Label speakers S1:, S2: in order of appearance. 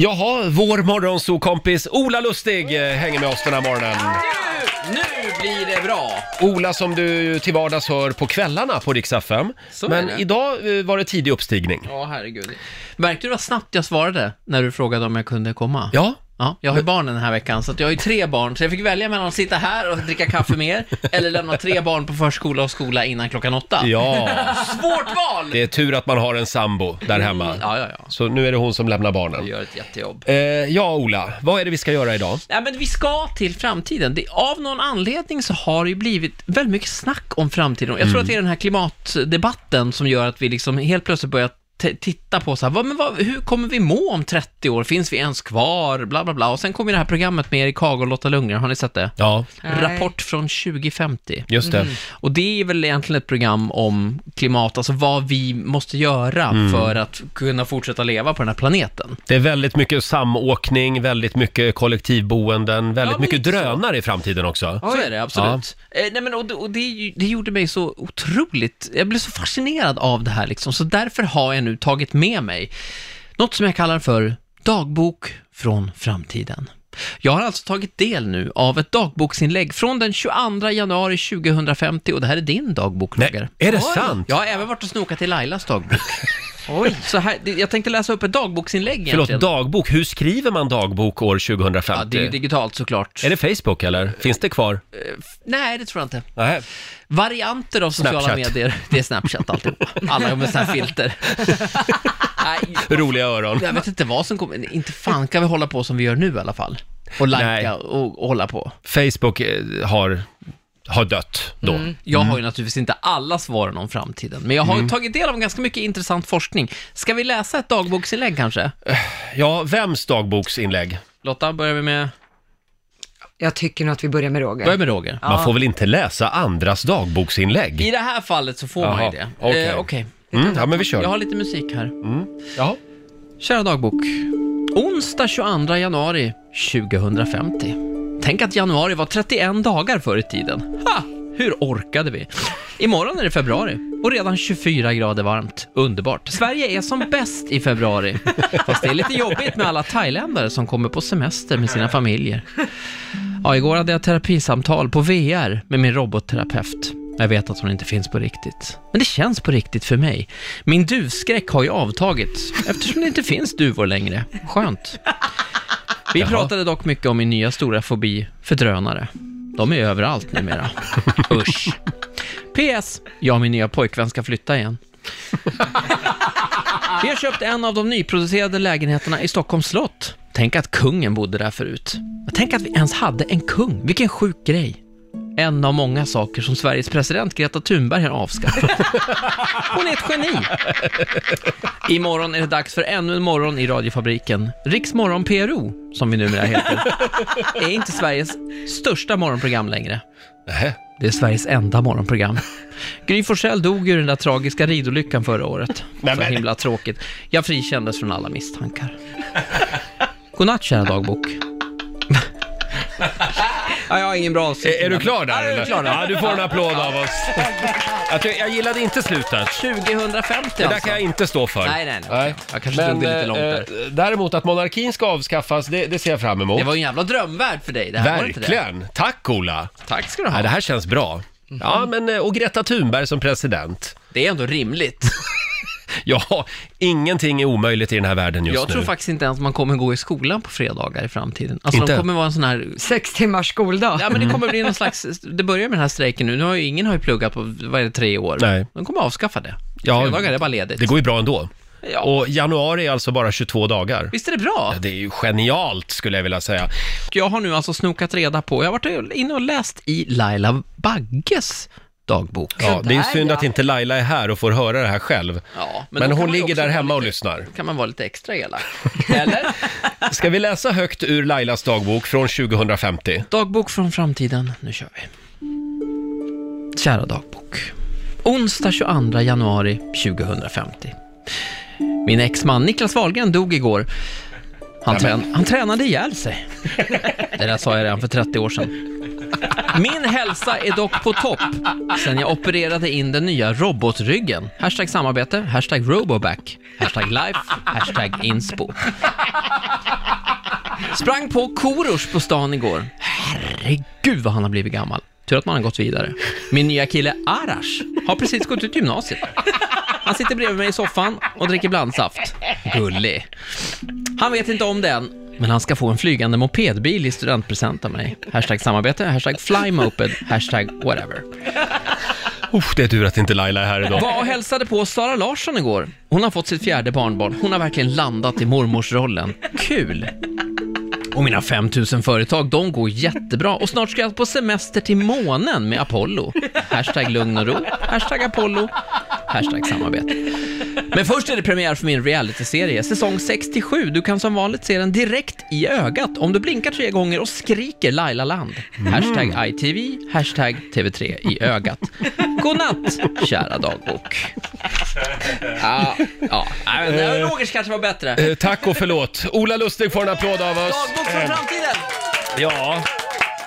S1: Jaha, vår morgonsokompis Ola Lustig eh, hänger med oss den här morgonen.
S2: Nu blir det bra!
S1: Ola som du till vardags hör på kvällarna på Rix FM.
S2: Så är
S1: Men
S2: det.
S1: idag eh, var det tidig uppstigning.
S2: Ja, herregud. Märkte du vad snabbt jag svarade när du frågade om jag kunde komma?
S1: Ja,
S2: Ja, jag har ju barn den här veckan, så att jag har ju tre barn, så jag fick välja mellan att sitta här och dricka kaffe med er, eller lämna tre barn på förskola och skola innan klockan åtta.
S1: ja.
S2: Svårt val!
S1: Det är tur att man har en sambo där hemma.
S2: Ja, ja, ja.
S1: Så nu är det hon som lämnar
S2: Du
S1: barnen.
S2: gör ett jättejobb.
S1: Eh, ja, Ola, vad är det vi ska göra idag?
S2: Nej, men vi ska till framtiden. Det, av någon anledning så har det ju blivit väldigt mycket snack om framtiden. Jag tror att det är den här klimatdebatten som gör att vi liksom helt plötsligt börjar t- titta på så här, vad, men vad, hur kommer vi må om 30 år? Finns vi ens kvar? Bla, bla, bla. Och sen kom ju det här programmet med Erik Haag och Lotta Lundgren, har ni sett det?
S1: Ja,
S3: Nej.
S2: Rapport från 2050.
S1: just det.
S2: Och det är väl egentligen ett program om klimat, alltså vad vi måste göra för att kunna fortsätta leva på den här planeten.
S1: Det är väldigt mycket samåkning, väldigt mycket kollektivboenden, väldigt
S2: Ja, men
S1: mycket
S2: lite så.
S1: drönare i framtiden också.
S2: Så är det, absolut. Eh, nej men, och det, och det, är ju- det gjorde mig så otroligt, jag blev så fascinerad av det här liksom, så därför har jag nu tagit med mig något som jag kallar för dagbok från framtiden. Jag har alltså tagit del nu av ett dagboksinlägg från den 22 januari 2050 och det här är din dagbok,
S1: Nej,
S2: Roger.
S1: är det
S3: Oj.
S1: sant?
S2: Jag har även varit och snokat i Lailas dagbok.
S3: Oj.
S2: Så här, det- jag tänkte läsa upp ett dagboksinlägg
S1: Förlåt,
S2: egentligen.
S1: dagbok. Hur skriver man dagbok år 2050?
S2: Ja, det är ju digitalt såklart.
S1: Är det Facebook eller? Finns det kvar?
S2: Nej, det tror jag inte.
S1: Nej.
S2: Varianter av sociala
S1: Snapchat.
S2: medier, det är Snapchat alltihopa. Alla med sådana här filter. Nej,
S1: Roliga öron.
S2: jag vet inte vad som kommer, inte fan kan vi hålla på som vi gör nu i alla fall. Och
S1: Nej.
S2: lajka och, och hålla på.
S1: Facebook eh, har, har dött då.
S2: Jag har
S1: Mm.
S2: ju naturligtvis inte alla svaren om framtiden, men jag har ju tagit del av ganska mycket intressant forskning. Ska vi läsa ett dagboksinlägg kanske?
S1: Ja, vems dagboksinlägg?
S2: Lotta, börjar vi med,
S3: Jag tycker nog att vi börjar med Roger.
S2: börjar med Roger.
S1: Man får väl inte läsa andras dagboksinlägg?
S2: I det här fallet så får man ju
S1: Jaha,
S2: det.
S1: okej.
S2: Eh, okej.
S1: Mm, ja, men vi
S2: Jag
S1: kör.
S2: har lite musik här.
S1: Ja.
S2: Kära dagbok. Onsdag 22 januari 2050. Tänk att januari var 31 dagar förr i tiden. Ha! Hur orkade vi? Imorgon är det februari och redan 24 grader varmt. Underbart. Sverige är som bäst i februari. Fast det är lite jobbigt med alla thailändare som kommer på semester med sina familjer. Ja, igår hade jag terapisamtal på VR med min robotterapeut. Jag vet att hon inte finns på riktigt. Men det känns på riktigt för mig. Min duvskräck har ju avtagit eftersom det inte finns duvor längre. Skönt. Vi pratade dock mycket om min nya stora fobi för drönare. De är överallt numera. Usch. PS. Jag och min nya pojkvän ska flytta igen. Vi har köpt en av de nyproducerade lägenheterna i Stockholms slott. Tänk att kungen bodde där förut. Tänk att vi ens hade en kung. Vilken sjuk grej. En av många saker som Sveriges president Greta Thunberg har avskaffat. Hon är ett geni. Imorgon är det dags för ännu en morgon i radiofabriken. Riksmorgon PRO, som vi numera heter, är inte Sveriges största morgonprogram längre.
S1: Nähä.
S2: Det är Sveriges enda morgonprogram. Gry Forssell dog ju i den där tragiska ridolyckan förra året.
S1: Nej,
S2: Så
S1: men-
S2: himla tråkigt. Jag frikändes från alla misstankar. Godnatt kära dagbok. ja, jag har ingen bra avsikt.
S1: Är, är du klar där?
S2: Ja, jag är
S1: eller?
S2: klar där.
S1: Ja, du får en applåd av oss. Jag, tycker- jag gillade inte slutet.
S2: 2050
S1: Det där
S2: alltså.
S1: kan jag inte stå för.
S2: Nej, nej, nej, okej. Jag kanske
S1: Men,
S2: drog det lite långt
S1: eh, Däremot att monarkin ska avskaffas, det, det ser jag fram emot.
S2: Det var ju en jävla drömvärld för dig det här, var det inte det?
S1: Verkligen. Tack Ola.
S2: Tack ska du
S1: Ja, det
S2: ha.
S1: här känns bra.
S2: Mhm.
S1: Ja, men, eh, och Greta Thunberg som president.
S2: Det är ändå rimligt.
S1: Ja, ingenting är omöjligt i den här världen just
S2: Jag
S1: nu.
S2: tror faktiskt inte ens man kommer gå i skolan på fredagar i framtiden. Alltså
S1: Inte? Mm.
S2: de kommer vara en sån här
S3: Sex timmars skoldag.
S2: Ja, men det kommer bli någon slags, det börjar med den här strejken nu, nu har ju ingen har ju pluggat på, vad är det, tre år?
S1: Nej.
S2: De kommer avskaffa det.
S1: Ja,
S2: Fredagar dagar är bara ledigt.
S1: Det går ju bra ändå.
S2: Ja.
S1: Och januari är alltså bara 22 dagar.
S2: Visst är det bra?
S1: Det är ju genialt skulle jag vilja säga.
S2: Jag har nu alltså snokat reda på, jag har varit inne och läst i Laila Bagges dagbok.
S1: Ja, det är ju
S3: Sådär,
S1: synd
S3: ja.
S1: att inte Laila är här och får höra det här själv.
S2: Ja,
S1: men
S2: då kan
S1: hon
S2: man ju
S1: ligger
S2: också
S1: där
S2: vara
S1: hemma och
S2: lite-
S1: lyssnar.
S2: kan man vara lite extra elak. Eller?
S1: Ska vi läsa högt ur Lailas dagbok från 2050?
S2: Dagbok från framtiden. Nu kör vi. Kära dagbok. Onsdag 22 januari 2050. Min exman Niklas Wahlgren dog igår. Han, trän- han tränade ihjäl sig. Det där sa jag redan för 30 år sedan. Min hälsa är dock på topp sen jag opererade in den nya robotryggen. Hashtag samarbete, hashtag roboback, hashtag life, hashtag inspo. Sprang på Korosh på stan igår. Herregud vad han har blivit gammal. Tur att man har gått vidare. Min nya kille Arash har precis gått ut gymnasiet. Han sitter bredvid mig i soffan och dricker blandsaft. Gullig. Han vet inte om det än, men han ska få en flygande mopedbil i studentpresent av mig. Hashtag samarbete, hashtag flymoped, hashtag whatever.
S1: Uff, det är tur att inte Laila är här idag.
S2: Var och hälsade på Sara Larsson igår. Hon har fått sitt fjärde barnbarn. Hon har verkligen landat i mormorsrollen. Kul! Och mina 5000 företag, de går jättebra. Och snart ska jag på semester till månen med Apollo. Hashtag lugn och ro, hashtag Apollo, hashtag samarbete. Men först är det premiär för min realityserie, säsong 67. Du kan som vanligt se den direkt i ögat om du blinkar tre gånger och skriker Laila Land. Hashtag ITV, hashtag TV3 i ögat. Godnatt, kära dagbok. Ja, ja. Nej, men Rogers kanske var bättre.
S1: Eh, tack och förlåt. Ola Lustig får en applåd av oss.
S2: Dagbok från framtiden!
S1: Ja,